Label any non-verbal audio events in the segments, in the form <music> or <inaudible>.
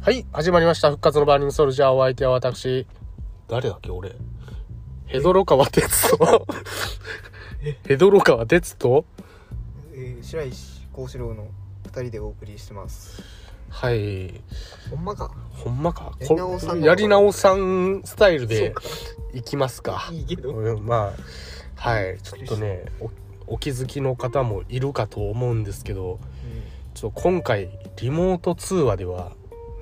はい、始まりました。復活のバーニングソルジャー。お相手は私、誰だっけ俺ヘドロ川哲と、 <laughs> ヘドロ川哲と、えー、白石幸四郎の二人でお送りしてますはい、ほんまかほんまか。やり直さんのやり直さんスタイルそうでかいきますか。いいけどうんまあ、はい、ちょっとね、おお気づきの方もいるかと思うんですけど、ちょっと今回、リモート通話では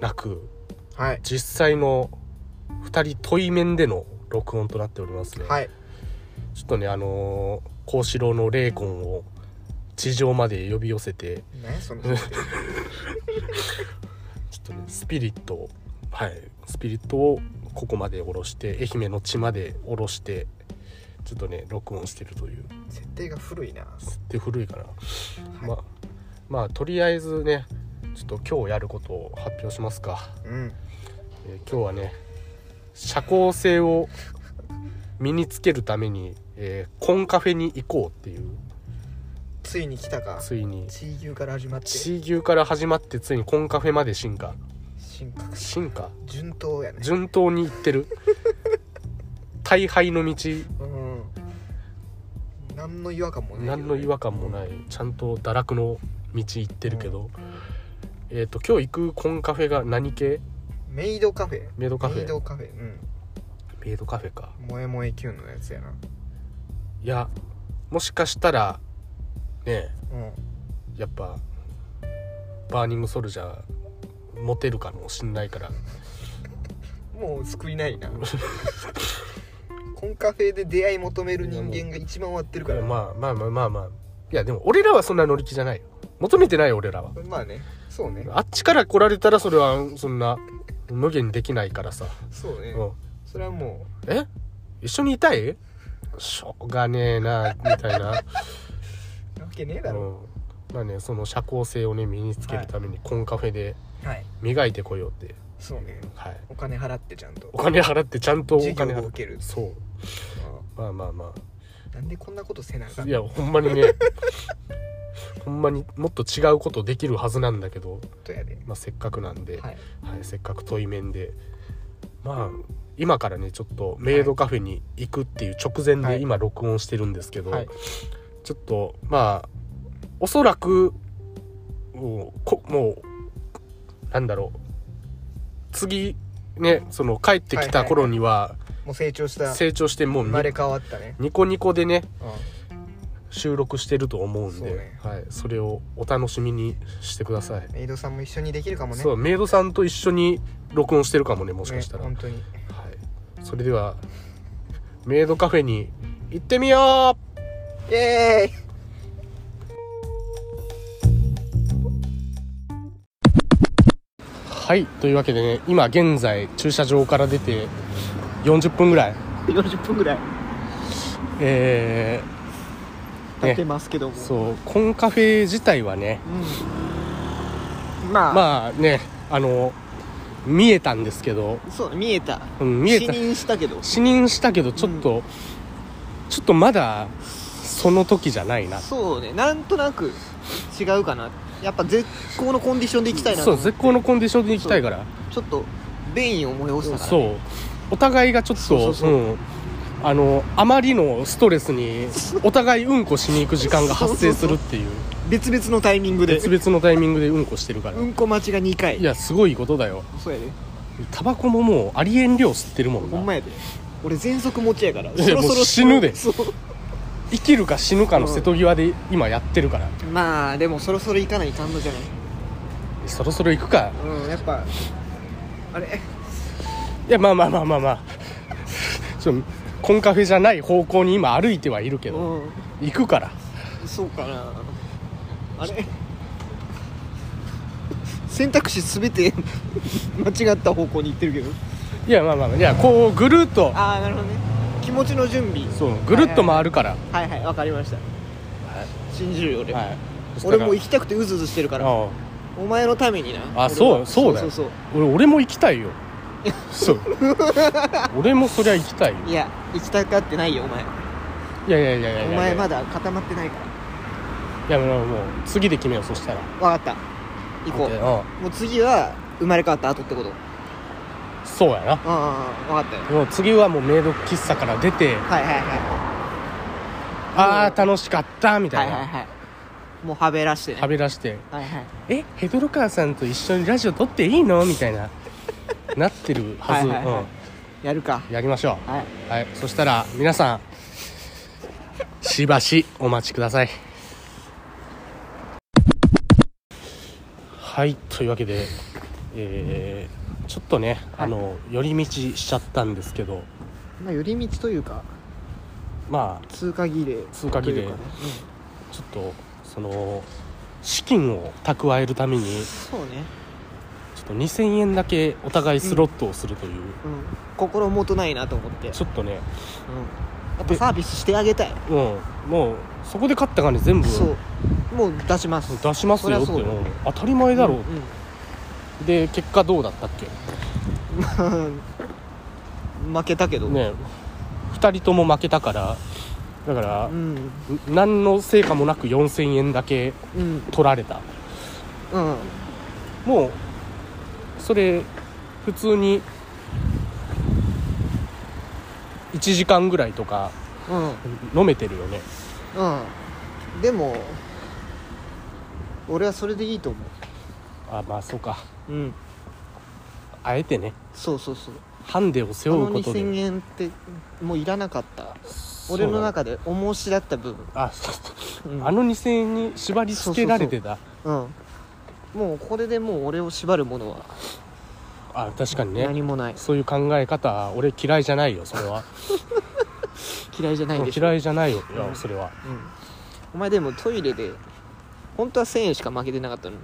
なく、はい実際の2人対面での録音となっておりますね。はいちょっとね、あのー、幸四郎の霊魂を地上まで呼び寄せて、何やそのちょっとね、スピリットを、はい、スピリットをここまで下ろして、愛媛の地まで下ろして、ちょっとね、録音してるという。設定が古いなで、古いかな。はいまあ、まあ、とりあえずね、ちょっと今日やることを発表しますか。うんえー今日はね、社交性を身につけるために、えーコンカフェに行こうっていう、ついに来たかついに。地牛から始まって地牛から始まってついにコンカフェまで進化進化進化順当やね順当にいって <laughs> る大敗の道うん何の違和感もないけどね何の違和感もないちゃんと堕落の道行ってるけど、えっ、と今日行くコンカフェが何系メイドカフェメイドカフェメイドカフェうんメイドカフェか萌え萌え Q のやつやないやもしかしたらねうんやっぱバーニングソルジャーモテるかもしんないからもう救いないな <laughs> コンカフェで出会い求める人間が一番終わってるからまあまあまあまあまあいやでも俺らはそんな乗り気じゃないよ求めてないよ俺らはまあねそうねあっちから来られたらそれはそんな無限にできないからさ、そうねうん、それはもえ一緒にいたいしょうがねえなみたいな、うなわけね <laughs> えうだろ、ん、まあねその社交性をね身につけるためにコンカフェではい磨いてこようって、そうねはい、お金払ってちゃんとお金払ってちゃんとお金授業を払っ受てけるそうあまあまあまあなんでこんなことせなあかあんいやほんまに <laughs> ねほんまにもっと違うことできるはずなんだけど、とやでまあ、せっかくなんで、はいはい、せっかく対面でまあ今からねちょっとメイドカフェに行くっていう直前はでい今録音してるんですけど、はいちょっとまあおそらくもうこもうなんだろう次ねその帰ってきた頃にはもう成長した生成長してもうにまれ変わったねニコニコでねう収録してると思うんでそうねはい、それをお楽しみにしてください、んメイドさんも一緒にできるかもねそううメイドさんと一緒に録音してるかもねもしかしたら、ね、本当にはい、それではメイドカフェに行ってみようイエーイはいというわけでね今現在駐車場から出て40分ぐらい40分ぐらいえ経ってますけどもー、そうコンカフェ自体はねん、まあ、まあねあの見えたんですけど、そう見えたうん、見えた任したけど視認したけどちょっと、ちょっとまだその時じゃないなそうねなんとなく違うかなやっぱ絶好のコンディションで行きたそう絶好のコンディションで行きたいからちょっと便意を催したそうお互いがちょっとそうそうそううん、あのあまりのストレスにお互いうんこしに行く時間が発生するっていう別々のタイミングで別々のタイミングでうんこしてるから、うんこ待ちが2回いやすごいことだよそうやでタバコももうありえん量吸ってるもんほなんまやで俺全速持ちやからやそろそもうろ死ぬでそう生きるか死ぬかの瀬戸際で今やってるから、まあでもそろそろ行かないかんのじゃないそろそろ行くかうんやっぱあれいやまあまあまあまあま <laughs> あちょコンカフェじゃない方向に今歩いてはいるけど、う行くからんそうかなあれ選択肢全て <laughs> 間違った方向に行ってるけどいやまあまあまあいやこうぐるっとああなるほどね気持ちの準備そうぐるっと回るから、はいはいわかりました、信じるよ俺、はい俺もう行きたくてうずうずしてるからああお前のためになあ俺はそうそうだよそうそう俺俺も行きたいよそう <laughs> 俺もそりゃ行きたいよいや行きたがってないよお前いやいやいやいやいやお前まだだ固まってないからいやもうもう次で決めようそしたらわかった行こうもう次は生まれ変わった後ってことうんそうやなうんうんうんわかったよもう次はもうメイド喫茶から出てはいはいはああ楽しかったみいたはいいな、はいはいもうはべらしてねはべらしてはいはい「えヘドロカーさんと一緒にラジオ撮っていいの?」みたいな <laughs> なってるはずはいはいはいやるかうん、やりましょはいうはいそしたら皆さんしばしお待ちくださいはいというわけでえーちょっとね、はいあの寄り道しちゃったんですけどまあ寄り道というかまあ通過儀礼通過儀礼というかねちょっとその資金を蓄えるためにそうねちょっと2000円だけお互いスロットをするという、うん心もとないなと思ってうんちょっとねやっぱサービスしてあげたいうんもうそこで勝った金全部そうもう出します出しますよってそりゃそううだん当たり前だろう、うんうんで結果どうだったっ <laughs> 負けたけどけね2人とも負けたからだから、うん何の成果もなく4000円だけうん取られたうんもうそれ普通に1時間ぐらいとかうん飲めてるよねうんでも俺はそれでいいと思あまあそうかううんあえてねそうそうそうハンデを背あ負うのことで2000円ってもういらなかったそうだ俺の中で重しだった部分、あそうそううん、あの2000円に縛り付けられてたうんもうこれでもう俺を縛るものはあ確かにね何もない、そういう考え方俺嫌いじゃないよそれは嫌いじゃないでしょ嫌いじゃないよいやうんそれはうん、お前でもトイレで本当は1000円しか負けてなかったのに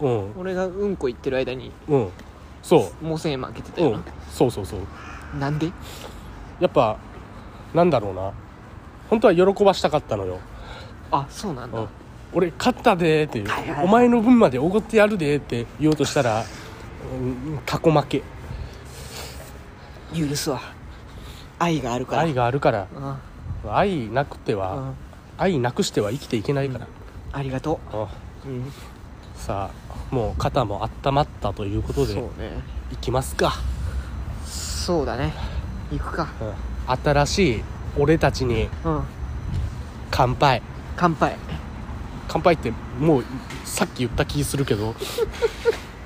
うん俺がうんこ行ってる間にうんそもう1000円負けてたう、うよん、そうそうそうな、なんでやっぱなんだろうな本当は喜ばしたかったのよ、あそうなんうだん、俺勝ったでーっていう、はいはいはいお前の分までおごってやるでーって言おうとしたら、うん、過去負け許すわ愛があるから愛があるからうん愛なくてうは、ん愛なくしては生きていけないから、ありがとうんう、うん、さあもう肩も温まったということそうでねいきますか、そうだね行くかうん、新しい俺たちにうん乾杯乾杯乾杯ってもうさっき言った気するけど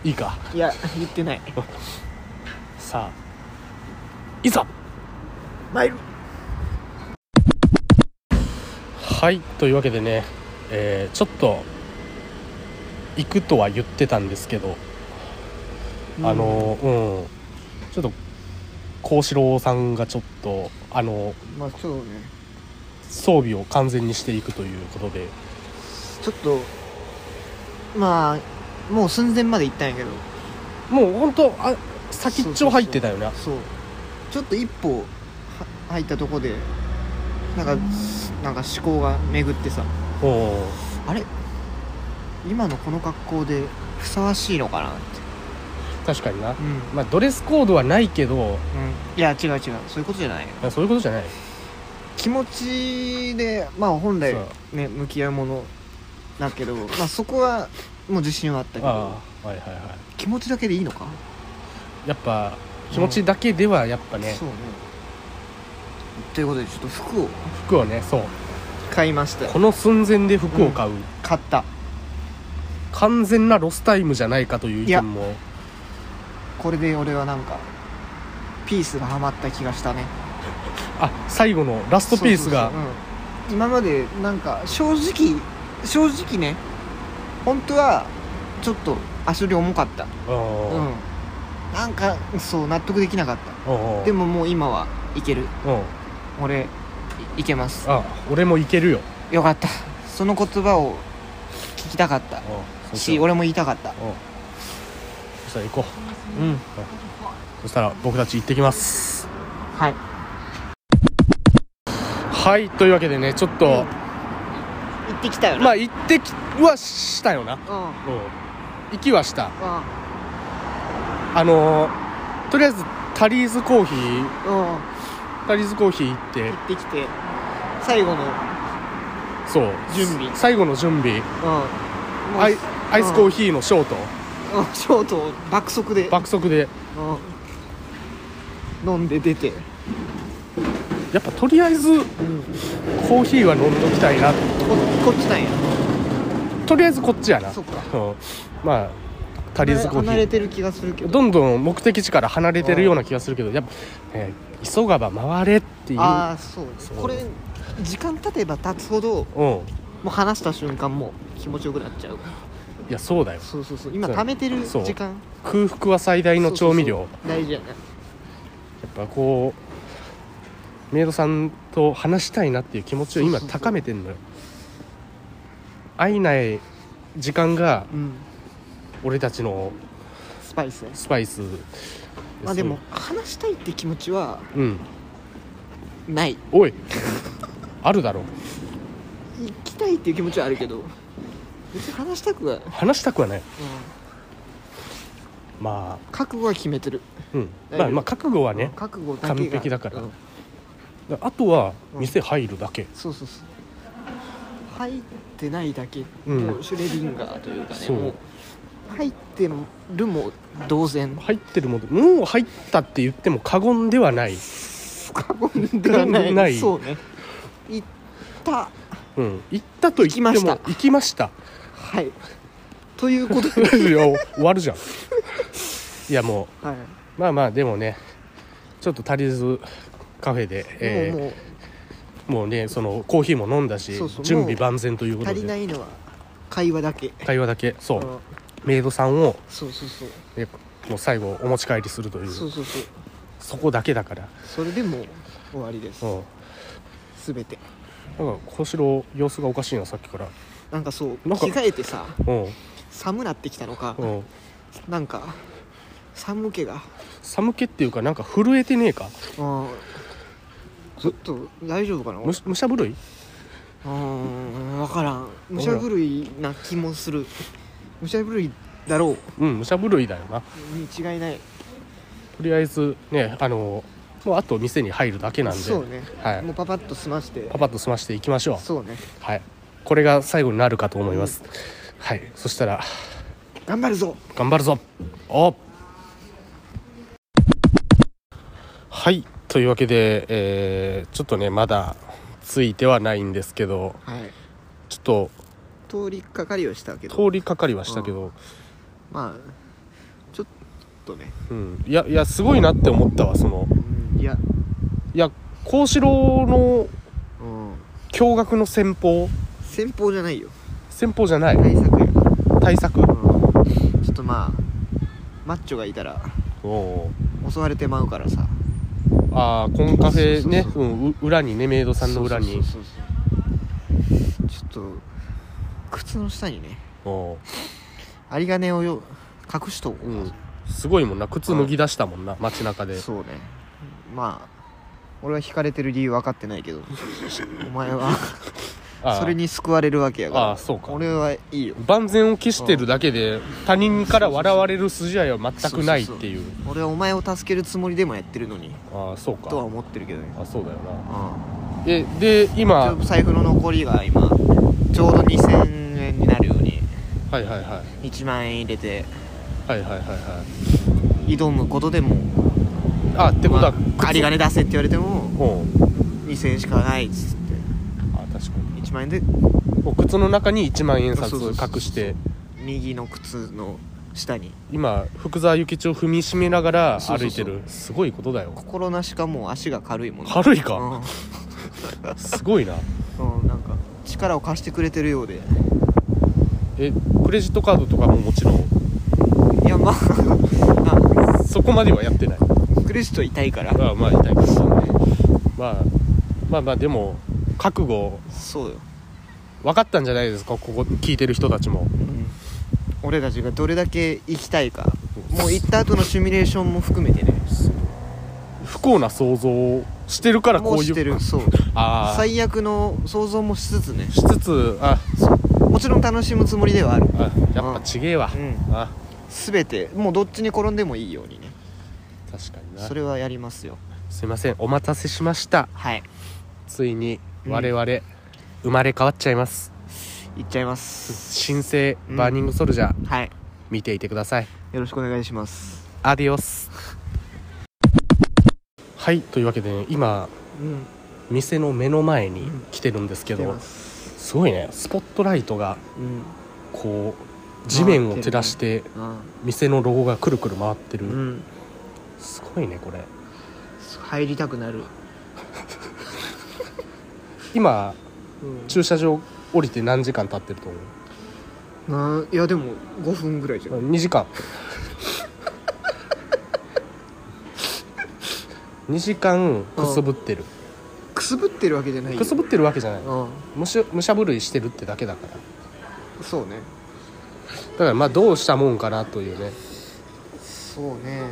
いいかいや言ってないさあいざ参るはいというわけでね、えーちょっと行くとは言ってたんですけど、あのうんちょっと幸四郎さんがちょっとあのまあそうね装備を完全にしていくということでちょっとまあもう寸前まで行ったんやけどもう本当あ先っちょ入ってたよねそうちょっと一歩は入ったとこでなんかなんか思考が巡ってさうんあれ今のこの格好でふさわしいのかなって確かになうん、うん、まあドレスコードはないけどいや違う違うそういうことじゃないそういうことじゃない気持ちでまあ本来そね向き合うものだけど、まあ、そこはもう自信はあったけどああはいはいは気持ちだけでいいのかいやっぱ気持ちだけではやっぱね、そうねということでちょっと服を服をねそう買いましたこの寸前で服を買う、買った完全なロスタイムじゃないかという意見もこれで俺はなんかピースがはまった気がしたねあ最後のラストピースがそうそうそううん今までなんか正直正直ね本当はちょっと足より重かったうんうんなんかそう納得できなかったうんでももう今はいけるうん俺いいけますあ俺もいけるよよかったその言葉を聞きたかったうんしそうしよ俺も言いたかったううんそしたら行こううんそしたら僕たち行ってきますはいはいというわけでねちょっと、行ってきたよまなあ行ってきはしたよなうんうんうん行きはしたあのーとりあえずタリーズコーヒー行タリーズコーヒー行ってってきて最後のうんそう準備最後の準備もうアイアイスコーヒーのショートうんショートを爆速で爆速でうん飲んで出てやっぱとりあえずうんコーヒーは飲んどきたいなここっちなんやとりあえずこっちやなそっかうんまあタリーズコーヒ離れーてる気がするけどどんどん目的地から離れてるような気がするけどやっぱ、ね急がば回れっていうああそうですそうこれ時間経てば経つほどもうんう話した瞬間もう気持ちよくなっちゃういやそうだよそうそうそう今そう貯めてるそう時間空腹は最大の調味料そうそうそう大事やねやっぱこうメイドさんと話したいなっていう気持ちを今そうそうそう高めてんのよ会えない時間がうん俺たちのスパイスねスパイスまあでも話したいって気持ちはうんないおいあるだろ行きたいっていう気持ちはあるけど別に話したくは、うん、話したくはないまあ覚悟は決めてるうん大まあま丈夫あ覚悟はね覚悟だけが完璧だからうんあとはうん店入るだけ、そうそうそう入ってないだけ、うんもうシュレディンガーというかねそうもう入ってるも同然入ってるものもう入ったって言っても過言ではない、過言ではな <laughs> いないそうね行ったうん、行ったと言っても行きました行きましたはいということ <laughs> で、いや終わるじゃんいやもはうまあまあでもねちょっと足りずカフェで、いえーもうももうねそのコーヒーも飲んだしそうそう準備万全といううこと足りなでいのは会話だけ会話だけそうう、んメイドさんを、そうそうそうね、もう最後お持ち帰りするというそそうそうそうこだけだからそれでもう終わりですうん全てなんか小四郎様子がおかしいなさっきからなんかそうなんか着替えてさうん寒なってきたのかうんなんか寒気が寒気っていうかなんか震えてねえかあーちょっと大丈夫かなむ俺しむしゃぶるいうーん分からん武者狂いな気もする武者狂いだろううんむしゃぶるいだよなに違いないとりあえずねあのもうあと店に入るだけなんでそうね、はいもうパパッと済ましてパパッと済ましていきましょうそうねはいこれが最後になるかと思います、はいそしたら頑張るぞ頑張るぞおはいというわけで、えーちょっとねまだついてはないんですけどはいちょっと通りかかりをしたけど通りかかりはしたけど、まあちょっとね、うん、いやいやすごいなって思ったわそのうん、いやいや幸四郎のうん驚愕の戦法先方じゃないよ戦法じゃない対策や、対策うん、ちょっとまあマッチョがいたらおー襲われてまうからさああコンカフェねそうそううそうんう裏にねメイドさんの裏にそうそうそうそうちょっと靴の下にねおー針金をよ隠しとこううんかすごいもんな靴脱ぎ出したもんな街中でそうねまあ俺は惹かれてる理由分かってないけど <laughs> お前はあーそれに救われるわけやかあらあそうか俺はいいよ万全を期してるだけで他人から笑われる筋合いは全くないっていう俺はお前を助けるつもりでもやってるのにああそうとはか思ってるけどねあそうだようなんえでち今ょ財布の残りが今ちょうど2000円になるようにはいはいはい1万円入れてはいはいはいはい挑むことでもあってことはまあ針金出せって言われてもうん2000円しかないっつっあ確かて1万円でにもう靴の中に1万円札そうをそうそうそう隠して右の靴の下に今福沢諭吉を踏みしめながらそう歩そういてそうるすごいことだよ心なしかもう足が軽いもんね軽いかうんすごいなうん、なんか力を貸してくれてるようでえクレジットカードとかももちろんいやまあ <laughs> まそこまではやってないあクレジットは痛いからまあまあ痛いからまあまあまあでも覚悟そうよ、分かったんじゃないですかここ聞いてる人たちもうん、俺たちがどれだけ行きたいかもう行った後のシミュレーションも含めてね不幸な想像をしてるからもこうういしてうるそうああ最悪の想像もしつつねしつつあもちろん楽しむつもりではあるあやっぱちげえわうんあ全てもうどっちに転んでもいいようにね確はいそれはやりますよすいませんお待たせしましたはいついにうん我々、生まれ変わっちゃいます行っちゃいます新生バーニングソルジャー、はい見ていてくださいよろしくお願いしますアディオスはいというわけで、ね、今うん店の目の前に来てるんですけ来てどますすごいねスポットライトがうんこう地面を照らしてあ店のロゴがくるくる回ってーうるんすごいねこれ入りたくなる、今うん駐車場降りて何時間経ってると思うなんいやでも5分ぐらいじゃん2時 <laughs> 間2時間くすぶってるくすぶってるわけじゃないよくすぶってるわけじゃないうんむしむしゃぶるいしてるってだけだからそうねだからまあどうしたもんかなというねそうね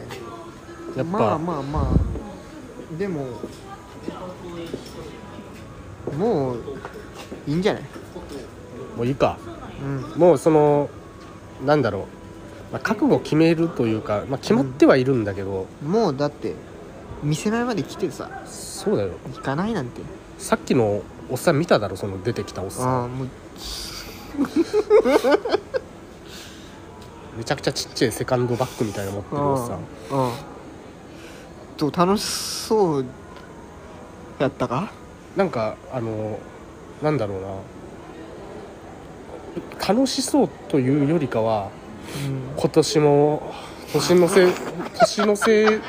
やっぱ、まあまあまあでももういいんじゃないもういいかうんもうそのなんだろう、まあ、覚悟を決めるというか、まあ、決まってはいるんだけど、もうだって店前まで来てさそうだよ行かないなんてさっきのおっさん見ただろその出てきたおっさんああもうめちゃくちゃちっちゃいセカンドバッグみたいなの持ってるおっさんうんうんと楽しそうやったかなんかあのなんだろうな楽しそうというよりかはうん今年も年のせ年のせ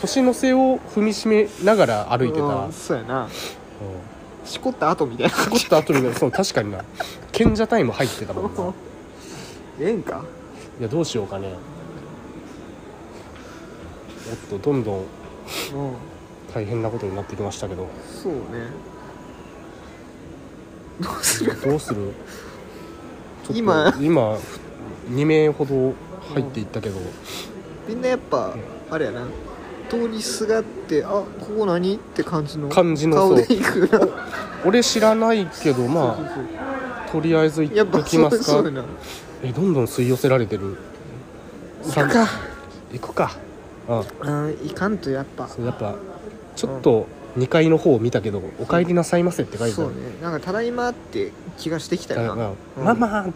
年のせを踏みしめながら歩いてた、うんそうやなうんしこった後みたいな <laughs> 怒った後にねそう確かにな賢者タイム入ってたもんなええんかいやどうしようかねおっとどんどんうん大変なことになってきましたけどそうねどうするどうするちょっと今今2名ほど入っていったけど、みんなやっぱあれやな通りすがってあここ何って感じの感じの顔でそいくな俺知らないけどまそうあとりあえずや行っってぱきそまうすそうかやなえどんどん吸い寄せられてる行くか行くかうんうんいかんとやっぱそうやっぱちょっと2階の方を見たけど「お帰りなさいませ」って書いてあそうるねなんか「ただいま」って気がしてきたよなううんんママ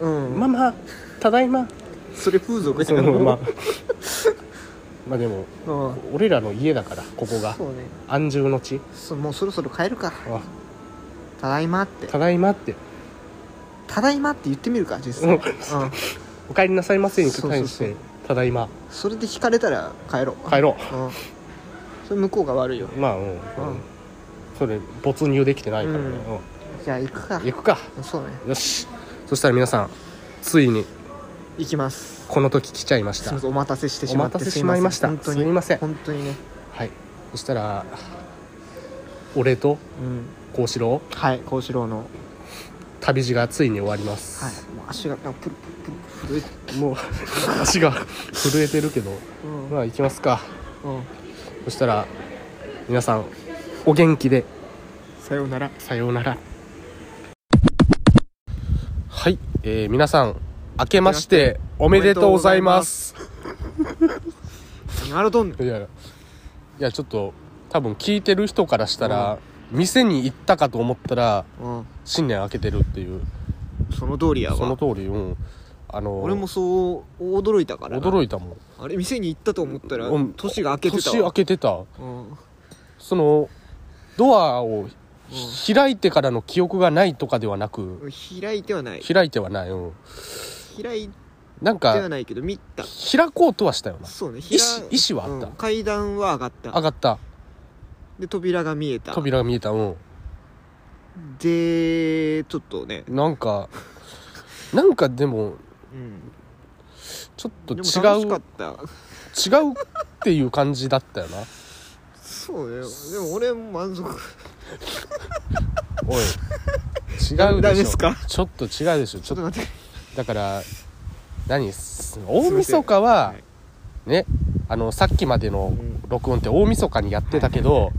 うんママただいまそれ風俗そやなのまあ <laughs> まあでもうん俺らの家だからここがそうね安住の地そうもうそろそろ帰るかあ「ただいま」ってただいまって「ただいま」って言ってみるか実う際んうん <laughs> お帰りなさいませに対しそうそうてただいまそれで引かれたら帰ろう帰ろうんそれ向こうが悪いようまあうん、うんうんそれ没入できてないからね、うんうじゃあ行くかん行くかそうねよしそしたら皆さんついに行きますこの時来ちゃいましすたみませんお待たせしてしまってお待たせしまいましたす本当すみにません本当にねはいそしたら俺とうん幸四郎はい幸四郎の旅路がついに終わりまはす、いもう足がなんかプルプルプルプル震えてもう <laughs> 足が震えてるけどうんまあ行きますかうんそしたら皆さんお元気でさようならさようならはい、えー皆さん明けましておめでとうございます何笑うとんねいやいやちょっと多分聞いてる人からしたら、店に行ったかと思ったらんうん新年明けてるっていうその通りやそのわ通りうんあの俺もそう驚いたから驚いいたもんあれ店に行ったと思ったらうん年が明けてた年明わけてたうんそのドアを開いてからの記憶がないとかではなく開いてはない開いてはない、うん、開いてなんはかないけど見た開こうとはしたよなそうね意思意思はあったうん階段は上がっ上たがったで扉が見えた扉が見えたうんでちょっとねなんかなんかでもうんちょっとでも楽違しうかっ違たうっていう感じだったよなそうねでも俺も満足 <laughs> おいダ違うメででしすょかちょっと違うでしょちちょょっっとと待ってだから何す大晦日ははいねあのさっきまでのん録音って大晦日にやってたけど、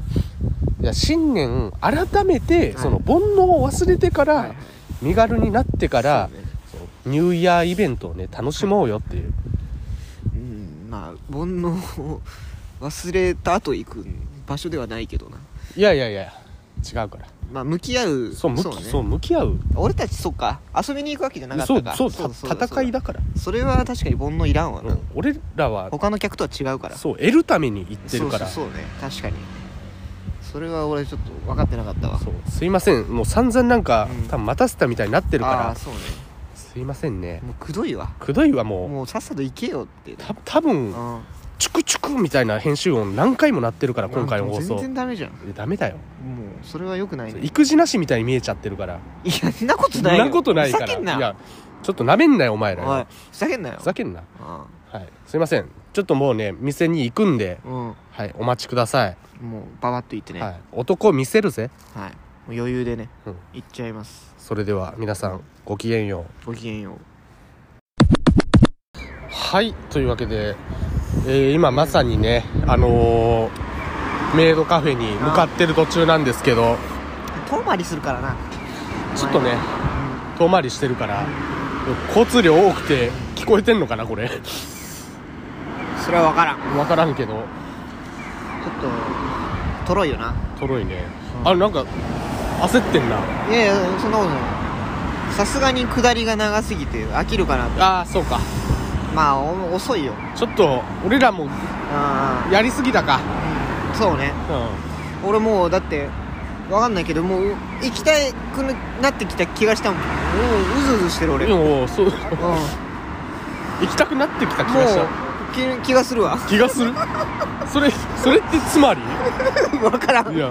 いや新年改めていその煩悩を忘れてから、はいはい身軽になってからそうねニューイヤーイベントをね楽しもうよっていう、うんまあ煩悩を忘れた後行く場所ではないけどないやいやいや違うからまあ向き合うそう向きそう,、ね向き合う俺たちそっか遊びに行くわけじゃなかっそうたかそううた戦いだだから、それは確かに煩悩いらんわな、うん俺らは他の客とは違うからそう得るために行ってるからそうそうそうね確かにそれは俺ちょっと分かってなかったわそうすいませんもう散々なんか、うん多分待たせたみたいになってるかああらーそうねすいませんねもうくどいわくどいはもうもうさっさと行けよってた多分うんチュクチュクみたいな編集音何回も鳴ってるから今回の放全送然ダメじゃんもえダメだようそれはよくないね育児なしみたいに見えちゃってるからいやそんなことそんないよなことないかふざけんらないやちょっとなめんなよお前らおいよふざけんなよふざけんなあはいすいませんちょっともうね店に行くんであうんはいお待ちくださいもうババッと言ってねははいい男見せるぜもう余裕でねうん行っちゃいますそれでは皆さんごきげんようごきげんようはいというわけで、えー今まさにね、あのーメイドカフェに向かってる途中なんですけど遠回りするからなちょっとねお前遠回りしてるから交通量多くて聞こえてんのかなこれうんそれは分からんち分からんけどょっととろいよなとろいねうんあなんか焦ってんないやいやそんなことないさすがに下りが長すぎて飽きるかなとああそうかまあお遅いよちょっと俺らもあやりすぎたかあそうねう俺もうだってわかんないけどもう行きたくなってきた気がしたもんもううずうずしてる俺、んうん、もうでもそう <laughs> 行きたくなってきた気がした気気がするわ <laughs> 気がするそれそれってつまりわからんいや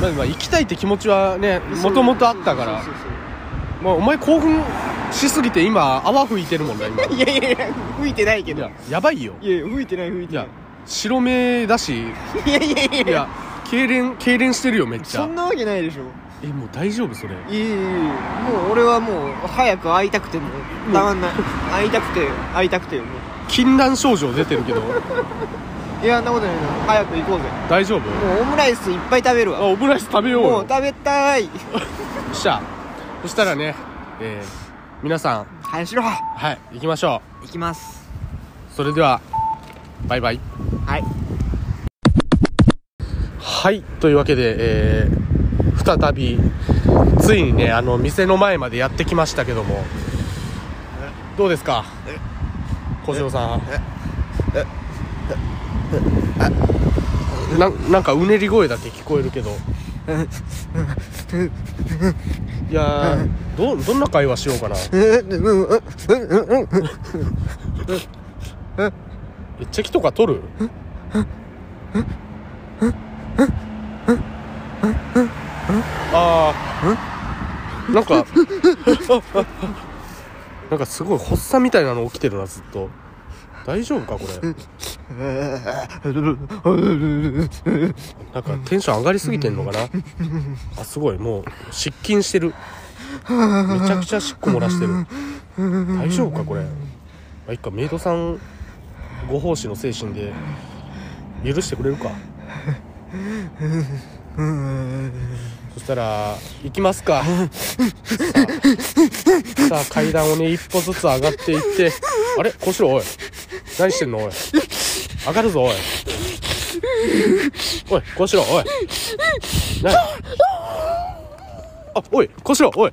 まあまあ行きたいって気持ちはねもともとあったからそうそうそうまあお前興奮しすぎて今泡吹いてるもんな今そういやいやいや吹いてないけいどいやややばいよいや吹いてない吹いいてなやい白目だしいやいやいやいいや痙攣痙攣してるよめっちそゃんなわけないでしょえもう大丈夫それいやいやいやもう俺はもう早く会いたくてもうたまんない会いたくて会いたくてもう禁断症状出てるけどいやそんなことないな早く行こうぜ大丈夫もうオムライスいっぱい食べるあわオムライス食べようもうよ食べた <laughs> いよっしゃそしたらねえー皆さん早しろ行はい行きましょきますうそれではバイバイはいはいというわけで、えー再びついにねあの店の前までやってきましたけどもどうですか小次郎さんななんかうねり声だけ聞こえるけどいやーどどんな会話しようかなえチェキとか取るああなんかなんかすごい発作みたいなの起きてるなずっと大丈夫かこれなんかテンション上がりすぎてんのかなあすごいもう失禁してるめちゃくちゃしっこ漏らしてる大丈夫かこれまあいっかメイドさんご奉仕の精神で許してくれるかそしたら行きますかさあさあ階段をね一歩ずつ上がっていってあれ小四郎おい何してんのおい上がるぞおいおい小四郎おい何あおい小四郎おい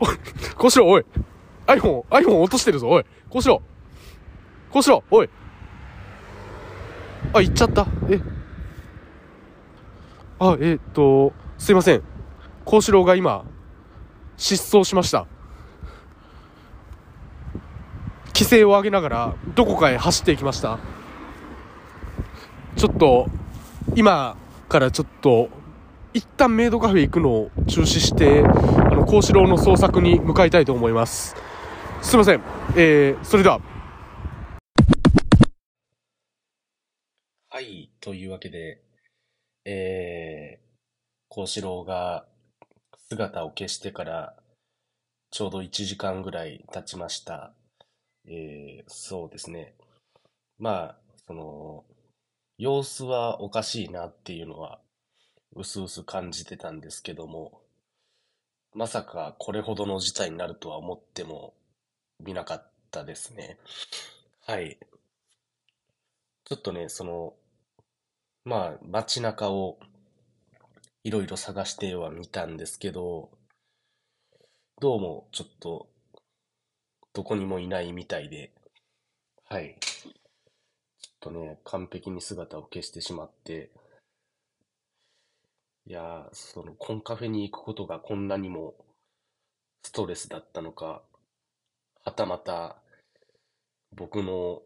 おい小四郎おい iPhone iPhone 落としてるぞおい小四郎小四郎おいあ行っちゃったえあえーっとすいません幸四郎が今失踪しました規制を上げながらどこかへ走っていきましたちょっと今からちょっと一旦メイドカフェ行くのを中止してあの幸四郎の捜索に向かいたいと思いますすいませんえー、それでははい、というわけで、えー、幸四郎が姿を消してからちょうど1時間ぐらい経ちました。えー、そうですね。まあ、その、様子はおかしいなっていうのは、うすうす感じてたんですけども、まさかこれほどの事態になるとは思っても見なかったですね。はい。ちょっとね、その、まあ、街中をいろいろ探しては見たんですけど、どうもちょっと、どこにもいないみたいで、はい。ちょっとね、完璧に姿を消してしまって、いやー、その、コンカフェに行くことがこんなにもストレスだったのか、はたまた、僕の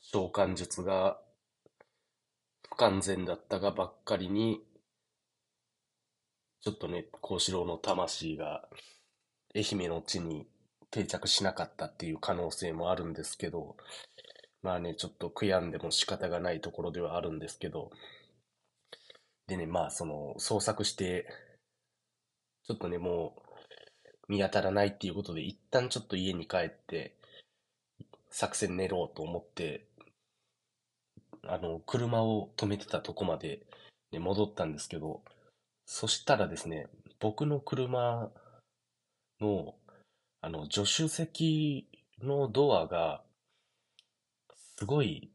召喚術が不完全だったがばっかりに、ちょっとね、幸四郎の魂が愛媛の地に定着しなかったっていう可能性もあるんですけど、まあね、ちょっと悔やんでも仕方がないところではあるんですけど、でね、まあその捜索して、ちょっとね、もう見当たらないっていうことで、一旦ちょっと家に帰って、作戦練ろうと思って、あの、車を止めてたとこまで、ね、戻ったんですけど、そしたらですね、僕の車の、あの、助手席のドアが、すごい、引っ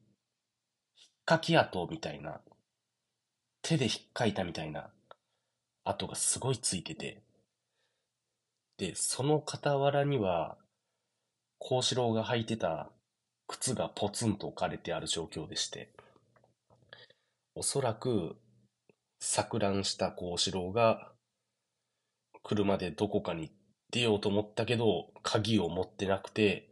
かき跡みたいな、手で引っかいたみたいな跡がすごいついてて、で、その傍らには、幸四郎が履いてた靴がポツンと置かれてある状況でして、おそらく、錯乱した幸四郎が、車でどこかに出ようと思ったけど、鍵を持ってなくて、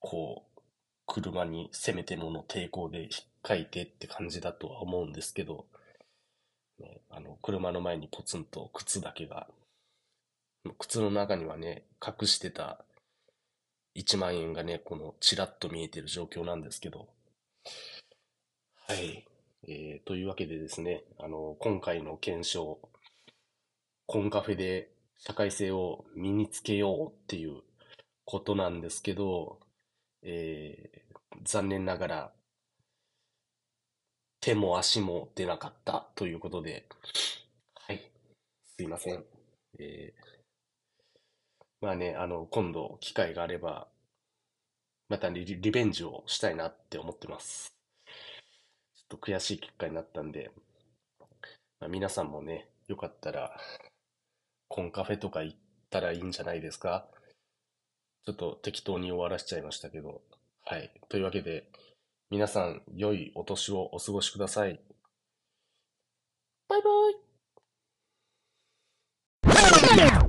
こう、車にせめてもの抵抗で引っかいてって感じだとは思うんですけど、ね、あの、車の前にポツンと靴だけが、靴の中にはね、隠してた1万円がね、このちらっと見えてる状況なんですけど。はい。えー、というわけでですね、あの、今回の検証、コンカフェで社会性を身につけようっていうことなんですけど、えー、残念ながら、手も足も出なかったということで、はい。すいません。えー、まあね、あの、今度、機会があれば、またリ、リベンジをしたいなって思ってます。ちょっと悔しい結果になったんで、まあ、皆さんもね、よかったら、コンカフェとか行ったらいいんじゃないですかちょっと適当に終わらしちゃいましたけど。はい。というわけで、皆さん、良いお年をお過ごしください。バイバイ